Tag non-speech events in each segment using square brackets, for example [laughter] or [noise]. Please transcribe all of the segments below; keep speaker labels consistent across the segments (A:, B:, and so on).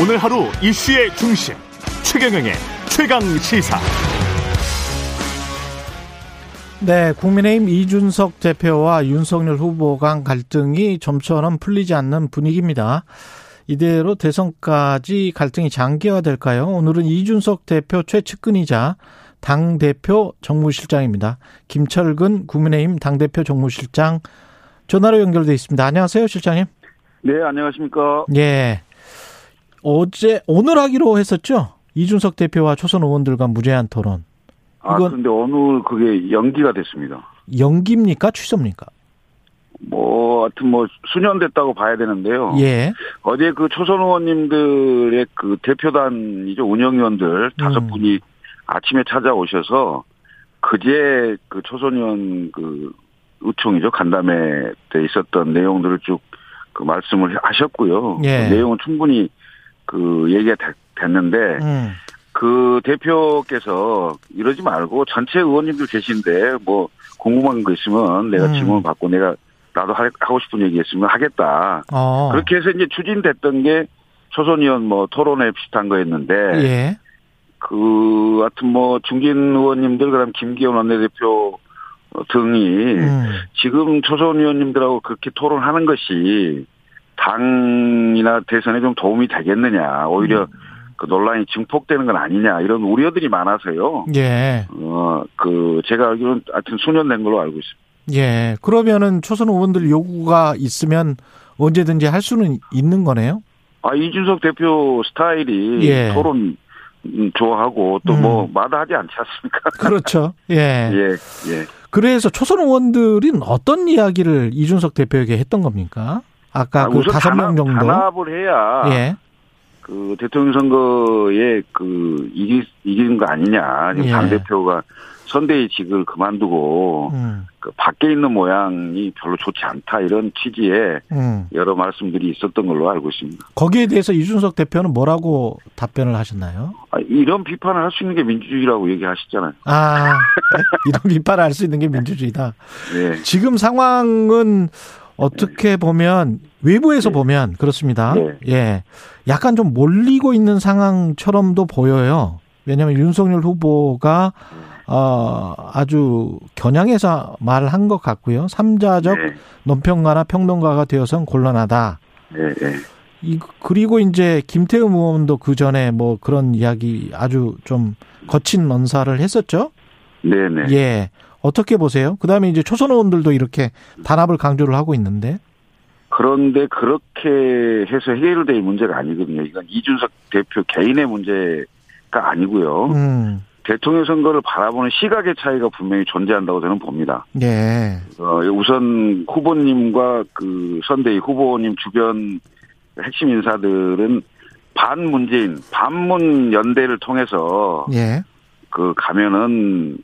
A: 오늘 하루 이슈의 중심 최경영의 최강 시사.
B: 네, 국민의힘 이준석 대표와 윤석열 후보 간 갈등이 좀처럼 풀리지 않는 분위기입니다. 이대로 대선까지 갈등이 장기화될까요? 오늘은 이준석 대표 최측근이자 당 대표 정무실장입니다. 김철근 국민의힘 당 대표 정무실장 전화로 연결돼 있습니다. 안녕하세요, 실장님.
C: 네, 안녕하십니까.
B: 예. 어제 오늘 하기로 했었죠? 이준석 대표와 초선 의원들과 무제한 토론.
C: 아,
B: 이건-
C: 근데 오늘 그게 연기가 됐습니다.
B: 연기입니까? 취소입니까?
C: 뭐, 하여튼 뭐, 수년됐다고 봐야 되는데요.
B: 예.
C: 어제 그 초선 의원님들의 그 대표단이죠. 운영위원들 다섯
B: 음.
C: 분이 아침에 찾아오셔서 그제 그 초선 의원 그 의총이죠. 간담회 때 있었던 내용들을 쭉 그 말씀을 하셨고요.
B: 예.
C: 그 내용은 충분히 그 얘기가 됐- 됐는데
B: 음.
C: 그 대표께서 이러지 말고 전체 의원님들 계신데 뭐 궁금한 거 있으면 내가
B: 음.
C: 질문 받고 내가 나도 할- 하고 싶은 얘기 있으면 하겠다.
B: 어.
C: 그렇게 해서 이제 추진됐던 게 초선 의원 뭐 토론회 비슷한 거였는데
B: 예.
C: 그 하여튼 뭐 중진 의원님들 그다음 김기현 원내대표 어, 등이
B: 음.
C: 지금 초선 의원님들하고 그렇게 토론하는 것이 당이나 대선에 좀 도움이 되겠느냐 오히려
B: 음.
C: 그 논란이 증폭되는 건 아니냐 이런 우려들이 많아서요.
B: 예.
C: 어그 제가 알기로는 하여튼 수년된 걸로 알고 있습니다.
B: 예. 그러면은 초선 의원들 요구가 있으면 언제든지 할 수는 있는 거네요.
C: 아 이준석 대표 스타일이
B: 예.
C: 토론 음, 좋아하고 또 뭐
B: 음.
C: 마다하지 않지 않습니까? [laughs]
B: 그렇죠. 예.
C: 예 예.
B: 그래서 초선 의원들은 어떤 이야기를 이준석 대표에게 했던 겁니까? 아까
C: 아,
B: 그
C: 우선
B: 다섯 명
C: 단합-
B: 정도.
C: 단합을 해야
B: 예.
C: 그 대통령 선거에 그 이기 이기는 거 아니냐 지금
B: 예.
C: 당 대표가 선대위 직을 그만두고
B: 음.
C: 그 밖에 있는 모양이 별로 좋지 않다 이런 취지의
B: 음.
C: 여러 말씀들이 있었던 걸로 알고 있습니다.
B: 거기에 대해서 이준석 대표는 뭐라고 답변을 하셨나요?
C: 아, 이런 비판을 할 수 있는 게 민주주의라고 얘기하시잖아요.
B: 아, [laughs] 이런 비판을 할 수 있는 게 민주주의다.
C: 예.
B: 지금 상황은 어떻게 보면 외부에서 보면 그렇습니다.
C: 네.
B: 예. 약간 좀 몰리고 있는 상황처럼도 보여요. 왜냐하면 윤석열 후보가 어, 아주 겨냥해서 말을 한 것 같고요. 삼자적
C: 예.
B: 논평가나 평론가가 되어선 곤란하다.
C: 예, 예.
B: 이, 그리고 이제 김태흠 의원도 그 전에 뭐 그런 이야기 아주 좀 거친 언사를 했었죠.
C: 네, 네.
B: 예. 어떻게 보세요? 그 다음에 이제 초선 의원들도 이렇게 단합을 강조를 하고 있는데.
C: 그런데 그렇게 해서 해결될 문제가 아니거든요. 이건 이준석 대표 개인의 문제가 아니고요.
B: 음.
C: 대통령 선거를 바라보는 시각의 차이가 분명히 존재한다고 저는 봅니다.
B: 예.
C: 어, 우선 후보님과 그 선대위 후보님 주변 핵심 인사들은 반문재인, 반문 연대를 통해서
B: 예.
C: 그 가면은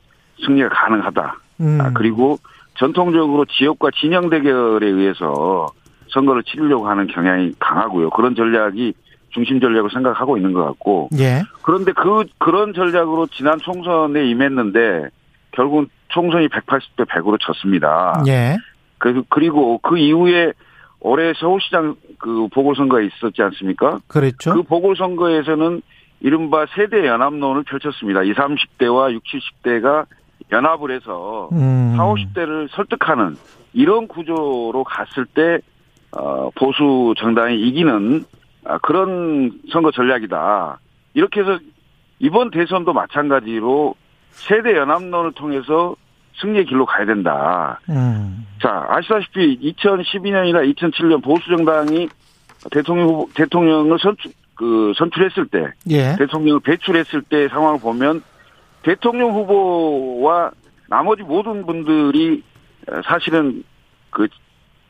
C: 승리가 가능하다.
B: 음.
C: 아, 그리고 전통적으로 지역과 진영 대결에 의해서 선거를 치르려고 하는 경향이 강하고요. 그런 전략이 중심 전략을 생각하고 있는 것 같고
B: 예.
C: 그런데 그 그런 전략으로 지난 총선에 임했는데 결국은 총선이 180대 100으로 졌습니다.
B: 예.
C: 그리고 그리고 그 이후에 올해 서울시장 그 보궐선거가 있었지 않습니까?
B: 그랬죠.
C: 그 보궐선거에서는 이른바 세대 연합론을 펼쳤습니다. 20, 30대와 60, 70대가 연합을 해서
B: 음.
C: 40, 50대를 설득하는 이런 구조로 갔을 때 어, 보수 정당이 이기는 아, 그런 선거 전략이다. 이렇게 해서 이번 대선도 마찬가지로 세대 연합론을 통해서 승리의 길로 가야 된다.
B: 음.
C: 자, 아시다시피 2012년이나 2007년 보수 정당이 대통령 후보- 대통령을 선출 그 선출했을 때
B: 예.
C: 대통령을 배출했을 때 상황을 보면 대통령 후보와 나머지 모든 분들이 사실은 그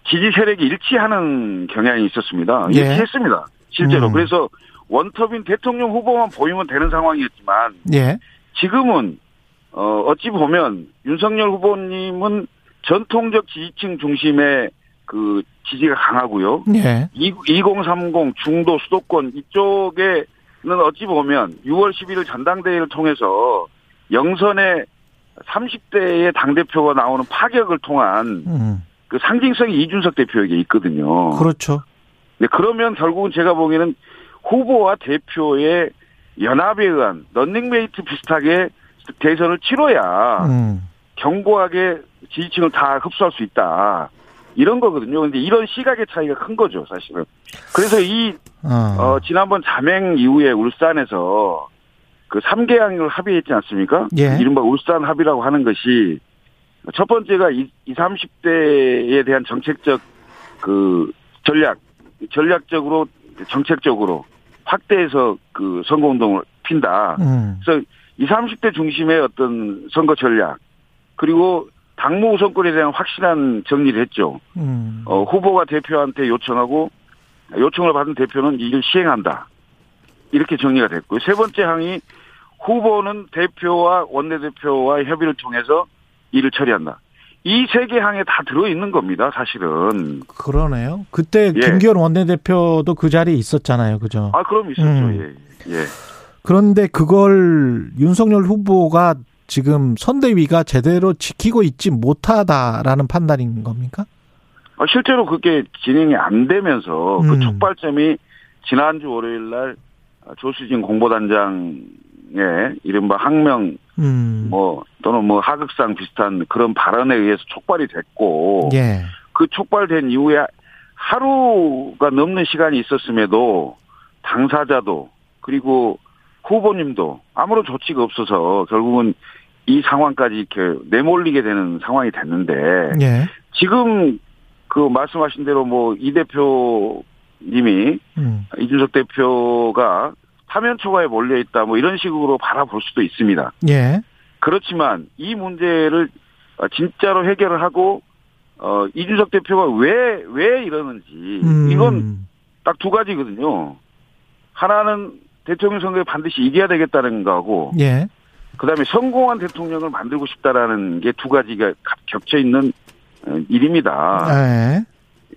C: 지지 세력이 일치하는 경향이 있었습니다.
B: 예.
C: 일치했습니다. 실제로.
B: 음.
C: 그래서 원톱인 대통령 후보만 보이면 되는 상황이었지만
B: 예.
C: 지금은 어 어찌 보면 윤석열 후보님은 전통적 지지층 중심의 그 지지가 강하고요.
B: 예.
C: 2030 중도 수도권 이쪽에는 어찌 보면 6월 11일 전당대회를 통해서 영선에 30대의 당대표가 나오는 파격을 통한
B: 음.
C: 그 상징성이 이준석 대표에게 있거든요.
B: 그렇죠.
C: 네, 그러면 결국은 제가 보기에는 후보와 대표의 연합에 의한 런닝메이트 비슷하게 대선을 치러야
B: 음.
C: 견고하게 지지층을 다 흡수할 수 있다. 이런 거거든요. 근데 이런 시각의 차이가 큰 거죠, 사실은. 그래서 이
B: 어.
C: 어, 지난번 자맹 이후에 울산에서 그 3개항을 합의했지 않습니까?
B: 예.
C: 이른바 울산 합의라고 하는 것이 첫 번째가 이, 이 30대에 대한 정책적 그 전략, 전략적으로 정책적으로 확대해서 그 선거운동을 핀다.
B: 음.
C: 그래서 이 30대 중심의 어떤 선거 전략, 그리고 당무 우선권에 대한 확실한 정리를 했죠.
B: 음.
C: 어, 후보가 대표한테 요청하고 요청을 받은 대표는 이를 시행한다. 이렇게 정리가 됐고요. 세 번째 항이 후보는 대표와 원내대표와 협의를 통해서 이를 처리한다. 이 세 개 항에 다 들어있는 겁니다, 사실은.
B: 그러네요. 그때
C: 예.
B: 김기현 원내대표도 그 자리에 있었잖아요. 그죠?
C: 아, 그럼 있었죠,
B: 음.
C: 예. 예.
B: 그런데 그걸 윤석열 후보가 지금 선대위가 제대로 지키고 있지 못하다라는 판단인 겁니까?
C: 아, 실제로 그게 진행이 안 되면서
B: 음.
C: 그 촉발점이 지난주 월요일 날 아, 조수진 공보단장의 이른바 항명
B: 음.
C: 뭐 또는 뭐 하극상 비슷한 그런 발언에 의해서 촉발이 됐고
B: 예.
C: 그 촉발된 이후에 하루가 넘는 시간이 있었음에도 당사자도 그리고 후보님도 아무런 조치가 없어서 결국은 이 상황까지 이렇게 내몰리게 되는 상황이 됐는데
B: 예.
C: 지금 그 말씀하신 대로 뭐 이 대표님이
B: 음.
C: 이준석 대표가 파면 초과에 몰려 있다 뭐 이런 식으로 바라볼 수도 있습니다.
B: 예.
C: 그렇지만 이 문제를 어, 진짜로 해결을 하고 어 이준석 대표가 왜 왜 이러는지
B: 음.
C: 이건 딱 두 가지거든요. 하나는 대통령 선거에 반드시 이겨야 되겠다는 거고
B: 예.
C: 그다음에 성공한 대통령을 만들고 싶다라는 게 두 가지가 겹쳐 있는 어, 일입니다.
B: 예.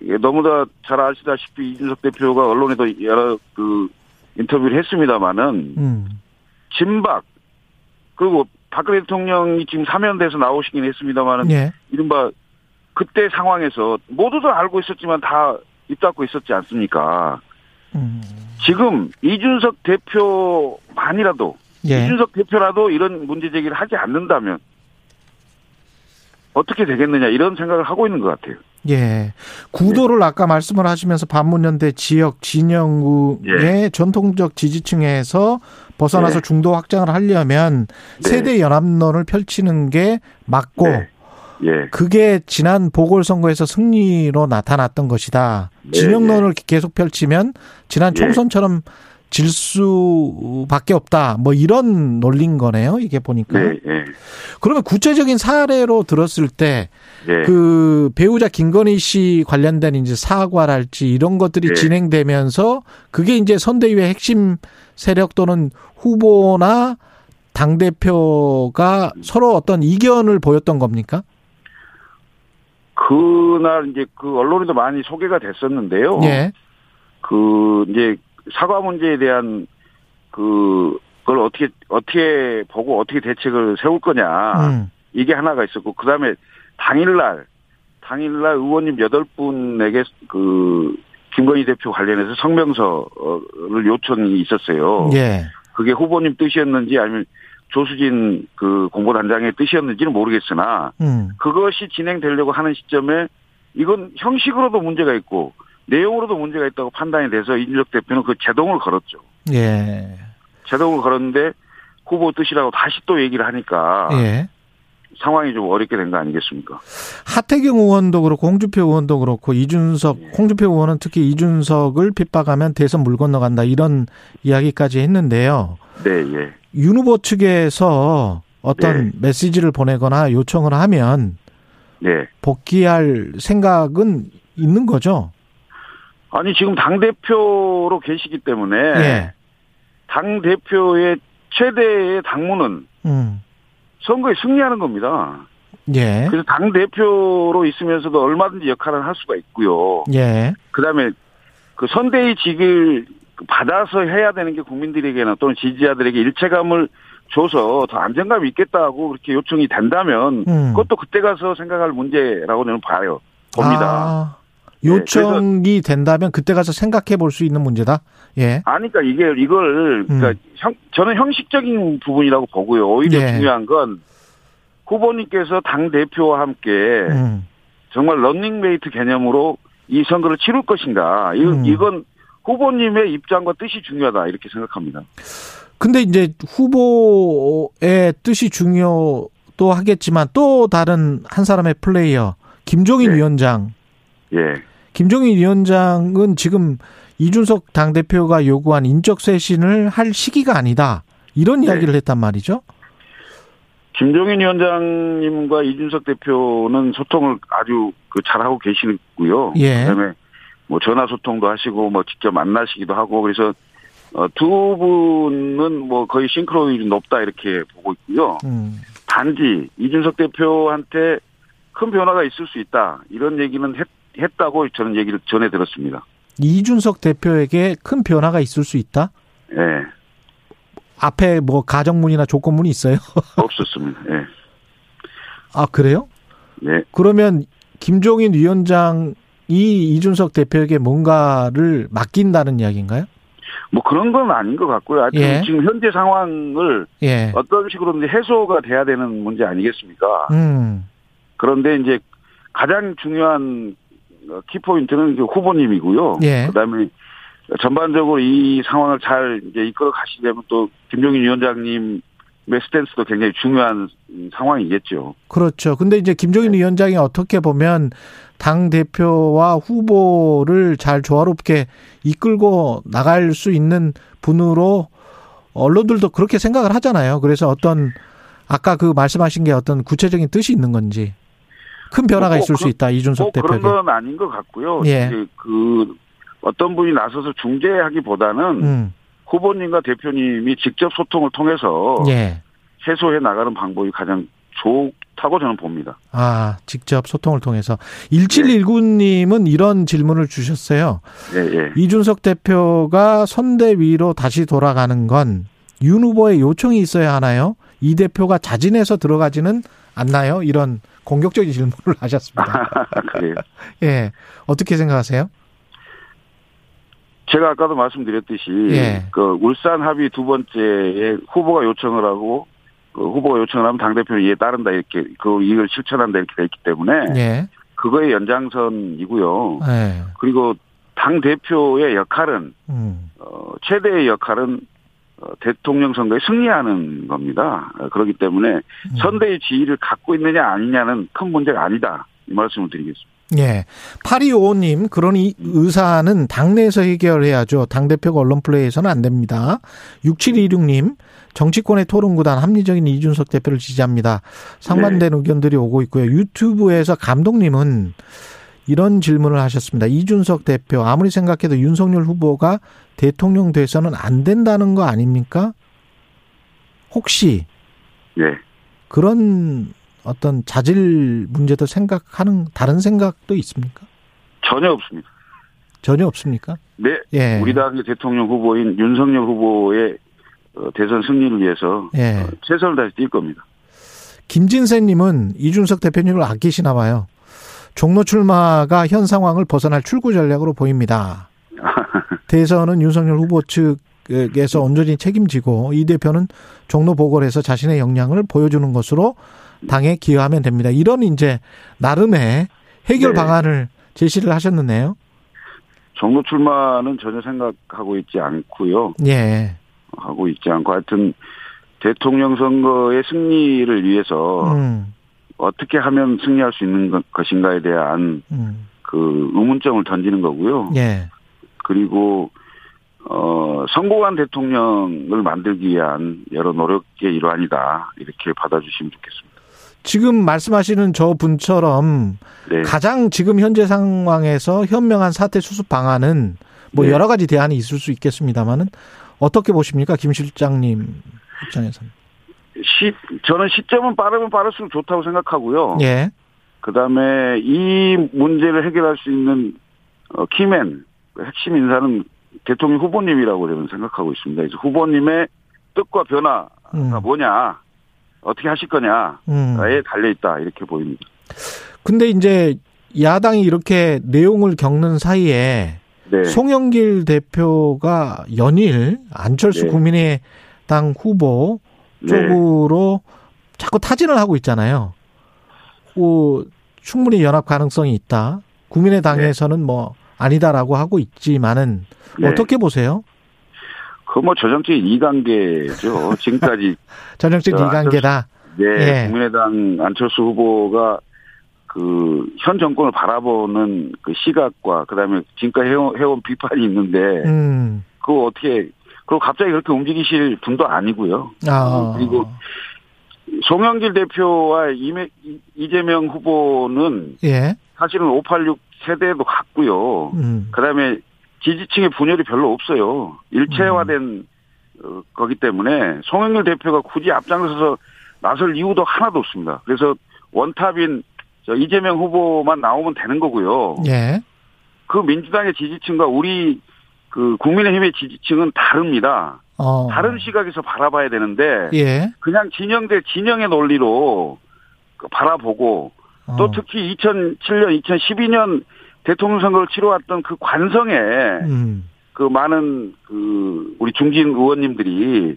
C: 예, 너무나 잘 아시다시피 이준석 대표가 언론에도 여러 그 인터뷰를 했습니다마는
B: 음.
C: 진박 그리고 박근혜 대통령이 지금 사면돼서 나오시긴 했습니다마는
B: 예.
C: 이른바 그때 상황에서 모두 다 알고 있었지만 다 입닫고 있었지 않습니까?
B: 음.
C: 지금 이준석 대표만이라도
B: 예.
C: 이준석 대표라도 이런 문제 제기를 하지 않는다면 어떻게 되겠느냐 이런 생각을 하고 있는 것 같아요.
B: 예. 구도를 아까 말씀을 하시면서 반문연대 지역 진영의
C: 예.
B: 전통적 지지층에서 벗어나서
C: 네.
B: 중도 확장을 하려면
C: 네.
B: 세대 연합론을 펼치는 게 맞고
C: 네. 예,
B: 그게 지난 보궐선거에서 승리로 나타났던 것이다.
C: 네,
B: 진영론을 계속 펼치면 지난
C: 예.
B: 총선처럼 질 수밖에 없다. 뭐 이런 논리인 거네요. 이게 보니까.
C: 네, 예,
B: 그러면 구체적인 사례로 들었을 때
C: 예.
B: 그 배우자 김건희 씨 관련된 이제 사과랄지 이런 것들이
C: 네.
B: 진행되면서 그게 이제 선대위의 핵심 세력 또는 후보나 당 대표가 서로 어떤 이견을 보였던 겁니까?
C: 그날 이제 그 언론에도 많이 소개가 됐었는데요.
B: 예.
C: 그 이제 사과 문제에 대한 그 그걸 어떻게 어떻게 보고 어떻게 대책을 세울 거냐
B: 음.
C: 이게 하나가 있었고 그 다음에 당일날 당일날 의원님 여덟 분에게 그 김건희 대표 관련해서 성명서를 요청이 있었어요.
B: 예.
C: 그게 후보님 뜻이었는지 아니면 조수진 그 공보단장의 뜻이었는지는 모르겠으나
B: 음.
C: 그것이 진행되려고 하는 시점에 이건 형식으로도 문제가 있고 내용으로도 문제가 있다고 판단이 돼서 이준석 대표는 그 제동을 걸었죠.
B: 예.
C: 제동을 걸었는데 후보 뜻이라고 다시 또 얘기를 하니까
B: 예.
C: 상황이 좀 어렵게 된 거 아니겠습니까?
B: 하태경 의원도 그렇고 홍준표 의원도 그렇고 이준석
C: 예.
B: 홍준표 의원은 특히 이준석을 핍박하면 대선 물 건너간다 이런 이야기까지 했는데요.
C: 네, 예,
B: 윤 후보 측에서 어떤
C: 네.
B: 메시지를 보내거나 요청을 하면
C: 예.
B: 복귀할 생각은 있는 거죠.
C: 아니 지금 당 대표로 계시기 때문에
B: 예.
C: 당 대표의 최대의 당무는
B: 음.
C: 선거에 승리하는 겁니다.
B: 예.
C: 그래서 당 대표로 있으면서도 얼마든지 역할을 할 수가 있고요.
B: 예.
C: 그다음에 그 선대위직을 받아서 해야 되는 게 국민들에게나 또는 지지자들에게 일체감을 줘서 더 안정감 이 있겠다고 그렇게 요청이 된다면
B: 음.
C: 그것도 그때 가서 생각할 문제라고 저는 봐요. 봅니다.
B: 아, 요청이 된다면 그때 가서 생각해 볼 수 있는 문제다. 예.
C: 아니, 그러니까 이게, 이걸, 그러니까
B: 음.
C: 형, 저는 형식적인 부분이라고 보고요. 오히려
B: 네.
C: 중요한 건 후보님께서 당대표와 함께
B: 음.
C: 정말 런닝메이트 개념으로 이 선거를 치룰 것인가. 이,
B: 음.
C: 이건 후보님의 입장과 뜻이 중요하다. 이렇게 생각합니다.
B: 근데 이제 후보의 뜻이 중요도 하겠지만 또 다른 한 사람의 플레이어 김종인
C: 네.
B: 위원장.
C: 예.
B: 김종인 위원장은 지금 이준석 당대표가 요구한 인적 쇄신을 할 시기가 아니다. 이런
C: 네.
B: 이야기를 했단 말이죠.
C: 김종인 위원장님과 이준석 대표는 소통을 아주 그 잘하고 계시고요.
B: 예.
C: 그다음에 뭐 전화 소통도 하시고 뭐 직접 만나시기도 하고 그래서 어, 두 분은 뭐 거의 싱크로율이 높다 이렇게 보고 있고요.
B: 음.
C: 단지 이준석 대표한테 큰 변화가 있을 수 있다 이런 얘기는 했, 했다고 저는 얘기를 전해 들었습니다.
B: 이준석 대표에게 큰 변화가 있을 수 있다.
C: 예,
B: 앞에 뭐 가정문이나 조건문이 있어요? [laughs]
C: 없었습니다. 예,
B: 아, 그래요?
C: 예.
B: 그러면 김종인 위원장이 이준석 대표에게 뭔가를 맡긴다는 이야기인가요?
C: 뭐 그런 건 아닌 것 같고요. 하여튼
B: 예.
C: 지금 현재 상황을
B: 예.
C: 어떤 식으로든지 해소가 돼야 되는 문제 아니겠습니까?
B: 음.
C: 그런데 이제 가장 중요한 어, 키포인트는 그 후보님이고요.
B: 예.
C: 그다음에 전반적으로 이 상황을 잘 이제 이끌어 가시려면 또 김종인 위원장님의 스탠스도 굉장히 중요한 음, 상황이겠죠.
B: 그렇죠. 근데 이제
C: 네.
B: 김종인 위원장이 어떻게 보면 당 대표와 후보를 잘 조화롭게 이끌고 나갈 수 있는 분으로 언론들도 그렇게 생각을 하잖아요. 그래서 어떤 아까 그 말씀하신 게 어떤 구체적인 뜻이 있는 건지 큰 변화가
C: 뭐
B: 있을 수
C: 그-
B: 있다 이준석
C: 꼭 그런
B: 대표에게.
C: 건 아닌 것 같고요.
B: 예.
C: 이제 그 어떤 분이 나서서 중재하기보다는
B: 음.
C: 후보님과 대표님이 직접 소통을 통해서
B: 예.
C: 해소해 나가는 방법이 가장 좋다고 저는 봅니다.
B: 아, 직접 소통을 통해서 1719님은 이런 질문을 주셨어요.
C: 예, 예.
B: 이준석 대표가 선대위로 다시 돌아가는 건 윤 후보의 요청이 있어야 하나요? 이 대표가 자진해서 들어가지는 않나요? 이런 공격적인 질문을 [laughs] 하셨습니다.
C: [laughs] 그래요.
B: 예. 어떻게 생각하세요?
C: 제가 아까도 말씀드렸듯이
B: 예.
C: 그 울산 합의 두 번째에 후보가 요청을 하고 그 후보가 요청을 하면 당 대표는 이에 따른다 이렇게 그 이걸 실천한다 이렇게 돼 있기 때문에
B: 예.
C: 그거의 연장선이고요.
B: 예.
C: 그리고 당 대표의 역할은
B: 음.
C: 어, 최대의 역할은 어, 대통령 선거에 승리하는 겁니다. 어, 그렇기 때문에 선대의 지위를 갖고 있느냐 아니냐는 큰 문제가 아니다 이 말씀을 드리겠습니다.
B: 예. 8255님, 그러니 의사는 당내에서 해결해야죠. 당대표가 언론 플레이에서는 안 됩니다. 6726님, 정치권의 토론구단 합리적인 이준석 대표를 지지합니다. 상반된 의견들이 오고 있고요. 유튜브에서 감독님은 이런 질문을 하셨습니다. 이준석 대표, 아무리 생각해도 윤석열 후보가 대통령 돼서는 안 된다는 거 아닙니까? 혹시
C: 예.
B: 그런 어떤 자질 문제도 생각하는 다른 생각도 있습니까?
C: 전혀 없습니다.
B: 전혀 없습니까?
C: 네,
B: 예.
C: 우리 당의 대통령 후보인 윤석열 후보의 어, 대선 승리를 위해서
B: 예.
C: 어, 최선을 다해 뛸 겁니다.
B: 김진세님은 이준석 대표님을 아끼시나 봐요. 종로 출마가 현 상황을 벗어날 출구 전략으로
C: [laughs]
B: 보입니다. 대선은 윤석열 후보 측에서 온전히 책임지고 이 대표는 종로 보궐에서 자신의 역량을 보여주는 것으로 당에 기여하면 됩니다. 이런 이제 나름의 해결
C: 네.
B: 방안을 제시를 하셨는데요.
C: 정로 출마는 전혀 생각하고 있지 않고요.
B: 예.
C: 하고 있지 않고 하여튼 대통령 선거의 승리를 위해서
B: 음,
C: 어떻게 하면 승리할 수 있는 것- 것인가에 대한
B: 음.
C: 그 의문점을 던지는 거고요.
B: 예.
C: 그리고 어 성공한 대통령을 만들기 위한 여러 노력의 일환이다 이렇게 받아주시면 좋겠습니다.
B: 지금 말씀하시는 저 분처럼
C: 네.
B: 가장 지금 현재 상황에서 현명한 사태 수습 방안은 뭐
C: 네.
B: 여러 가지 대안이 있을 수 있겠습니다만은 어떻게 보십니까 김 실장님 입장에서는
C: 시, 저는 시점은 빠르면 빠를수록 좋다고 생각하고요.
B: 예
C: 그 다음에 이 문제를 해결할 수 있는 어, 키맨, 핵심 인사는 대통령 후보님이라고 저는 생각하고 있습니다. 그래서 후보님의 뜻과 변화가
B: 음.
C: 아, 뭐냐, 아, 예. 어떻게 하실 거냐에
B: 음.
C: 달려있다, 이렇게 보입니다.
B: 근데 이제 야당이 이렇게 내용을 겪는 사이에
C: 네.
B: 송영길 대표가 연일 안철수
C: 네.
B: 국민의당 후보
C: 네.
B: 쪽으로 자꾸 타진을 하고 있잖아요. 어, 충분히 연합 가능성이 있다.
C: 네.
B: 국민의당에서는 뭐 아니다라고 하고 있지만은
C: 네.
B: 어떻게 보세요?
C: 그뭐 저정적인 이관계죠. 지금까지
B: 전형적
C: 저
B: 인 이관계다.
C: 네,
B: 예.
C: 국민의당 안철수 후보가 그 현 정권을 바라보는 그 시각과 그다음에 지금까지 해온, 해온 비판이 있는데
B: 음,
C: 그거 어떻게 그리고 갑자기 그렇게 움직이실 분도 아니고요.
B: 아,
C: 그리고 송영길 대표와 이매, 이- 이재명 후보는
B: 예,
C: 사실은 586 세대도 같고요.
B: 음,
C: 그다음에 지지층의 분열이 별로 없어요. 일체화된
B: 음.
C: 어, 거기 때문에 송영길 대표가 굳이 앞장서서 나설 이유도 하나도 없습니다. 그래서 원탑인 저 이재명 후보만 나오면 되는 거고요.
B: 예,
C: 그 민주당의 지지층과 우리 그 국민의힘의 지지층은 다릅니다.
B: 어,
C: 다른 시각에서 바라봐야 되는데
B: 예,
C: 그냥 진영 대 진영의 논리로 그 바라보고 또
B: 어,
C: 특히 2007년, 2012년 대통령 선거를 치러왔던 그 관성에
B: 음,
C: 그 많은 그 우리 중진 의원님들이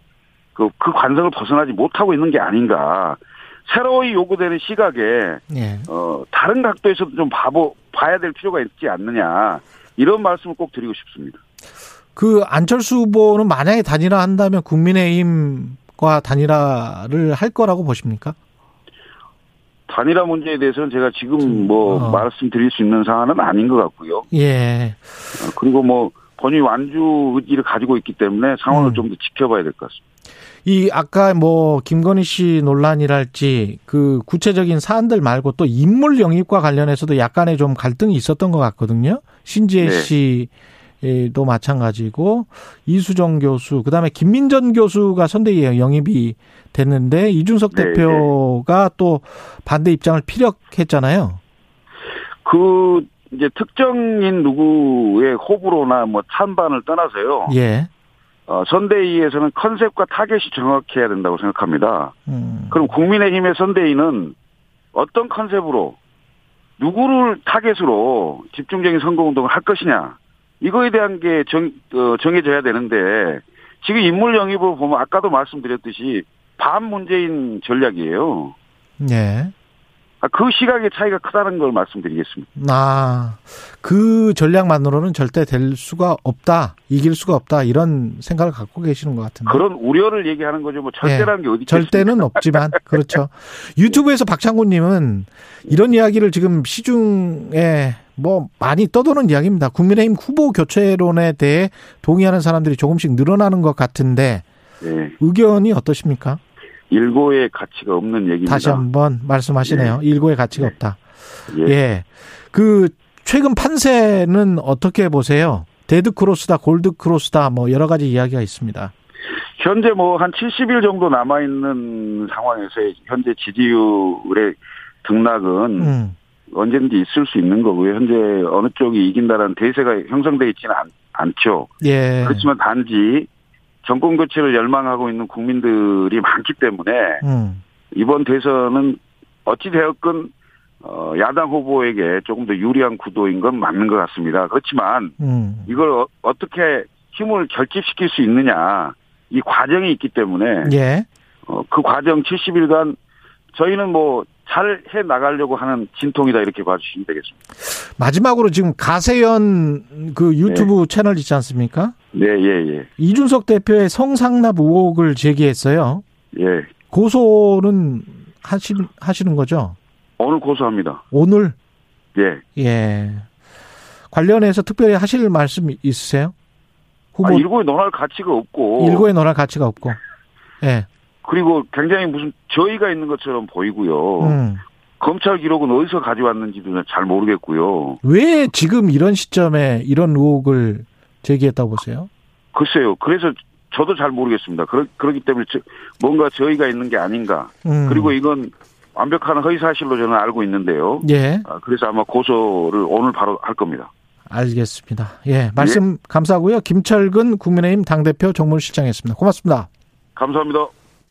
C: 그, 그 관성을 벗어나지 못하고 있는 게 아닌가. 새로이 요구되는 시각에
B: 예,
C: 어 다른 각도에서도 좀 봐보 봐야 될 필요가 있지 않느냐 이런 말씀을 꼭 드리고 싶습니다.
B: 그 안철수 후보는 만약에 단일화 한다면 국민의힘과 단일화를 할 거라고 보십니까?
C: 단일화 문제에 대해서는 제가 지금 뭐
B: 어.
C: 말씀드릴 수 있는 사안은 아닌 것 같고요.
B: 예,
C: 어, 그리고 뭐 본인이 완주 의지를 가지고 있기 때문에 상황을
B: 음.
C: 좀 더 지켜봐야 될 것 같습니다.
B: 이 아까 뭐 김건희 씨 논란이랄지 그 구체적인 사안들 말고 또 인물 영입과 관련해서도 약간의 좀 갈등이 있었던 것 같거든요. 신지혜
C: 네.
B: 씨도 마찬가지고 이수정 교수 그다음에 김민전 교수가 선대위 에 영입이 됐는데 이준석
C: 네,
B: 대표가 또 반대 입장을 피력했잖아요.
C: 그 이제 특정인 누구의 호불호나 뭐 찬반을 떠나서요.
B: 예.
C: 어, 선대위에서는 컨셉과 타겟이 정확해야 된다고 생각합니다.
B: 음.
C: 그럼 국민의힘의 선대위는 어떤 컨셉으로 누구를 타겟으로 집중적인 선거운동을 할 것이냐 이거에 대한 게 정, 어, 정해져야 되는데 지금 인물 영입을 보면 아까도 말씀드렸듯이 반문재인 전략이에요.
B: 예.
C: 아, 그 시각의 차이가 크다는 걸 말씀드리겠습니다.
B: 아, 그 전략만으로는 절대 될 수가 없다, 이길 수가 없다, 이런 생각을 갖고 계시는 것 같은데.
C: 그런 우려를 얘기하는 거죠. 뭐 절대라는 게 어디 있겠습니까?
B: 음. 예. 절대는 없지만, 그렇죠. 유튜브에서 박창구님은 이런 이야기를 지금 시중에 뭐 많이 떠도는 이야기입니다. 국민의힘 후보 교체론에 대해 동의하는 사람들이 조금씩 늘어나는 것 같은데
C: 예,
B: 의견이 어떠십니까?
C: 일고의 가치가 없는 얘기입니다.
B: 다시 한번 말씀하시네요. 일고의 가치가
C: 네.
B: 없다.
C: 예.
B: 예. 그 최근 판세는 어떻게 보세요? 데드 크로스다, 골드 크로스다, 뭐 여러 가지 이야기가 있습니다.
C: 현재 뭐 한 70일 정도 남아 있는 상황에서 현재 지지율의 등락은
B: 음,
C: 언제든지 있을 수 있는 거고요. 현재 어느 쪽이 이긴다라는 대세가 형성돼 있지는 않, 않죠.
B: 예.
C: 그렇지만 단지 정권 교체를 열망하고 있는 국민들이 [laughs] 많기 때문에
B: 음,
C: 이번 대선은 어찌되었건 어, 야당 후보에게 조금 더 유리한 구도인 건 맞는 것 같습니다. 그렇지만
B: 음.
C: 이걸 어, 떻게 힘을 결집시킬 수 있느냐 이 과정이 있기 때문에
B: 예.
C: 어, 그 과정 70일간 저희는 뭐 잘 해 나가려고 하는 진통이다 이렇게 봐주시면 되겠습니다.
B: 마지막으로 지금 가세연 그 유튜브 채널 있지 않습니까?
C: 네, 예, 예,
B: 이준석 대표의 성상납 의혹을 제기했어요.
C: 예.
B: 고소는 하시, 하시는 거죠?
C: 오늘 고소합니다.
B: 오늘?
C: 예.
B: 예. 관련해서 특별히 하실 말씀 있으세요?
C: 아, 뭐
B: 후보
C: 일고에 논할 가치가 없고
B: 일고에 논할 가치가 없고. 예.
C: 그리고 굉장히 무슨 저희가 있는 것처럼 보이고요.
B: 음.
C: 검찰 기록은 어디서 가져왔는지도 잘 모르겠고요.
B: 왜 지금 이런 시점에 이런 의혹을 제기했다고 보세요?
C: 글쎄요. 그래서 저도 잘 모르겠습니다. 그러, 그렇기 때문에 저- 뭔가 저희가 있는 게 아닌가.
B: 음.
C: 그리고 이건 완벽한 허위사실로 저는 알고 있는데요.
B: 예,
C: 아, 그래서 아마 고소를 오늘 바로 할 겁니다.
B: 알겠습니다. 예, 말씀 감사하고요. 김철근 국민의힘 당대표 정무실장이었습니다. 고맙습니다.
C: 감사합니다.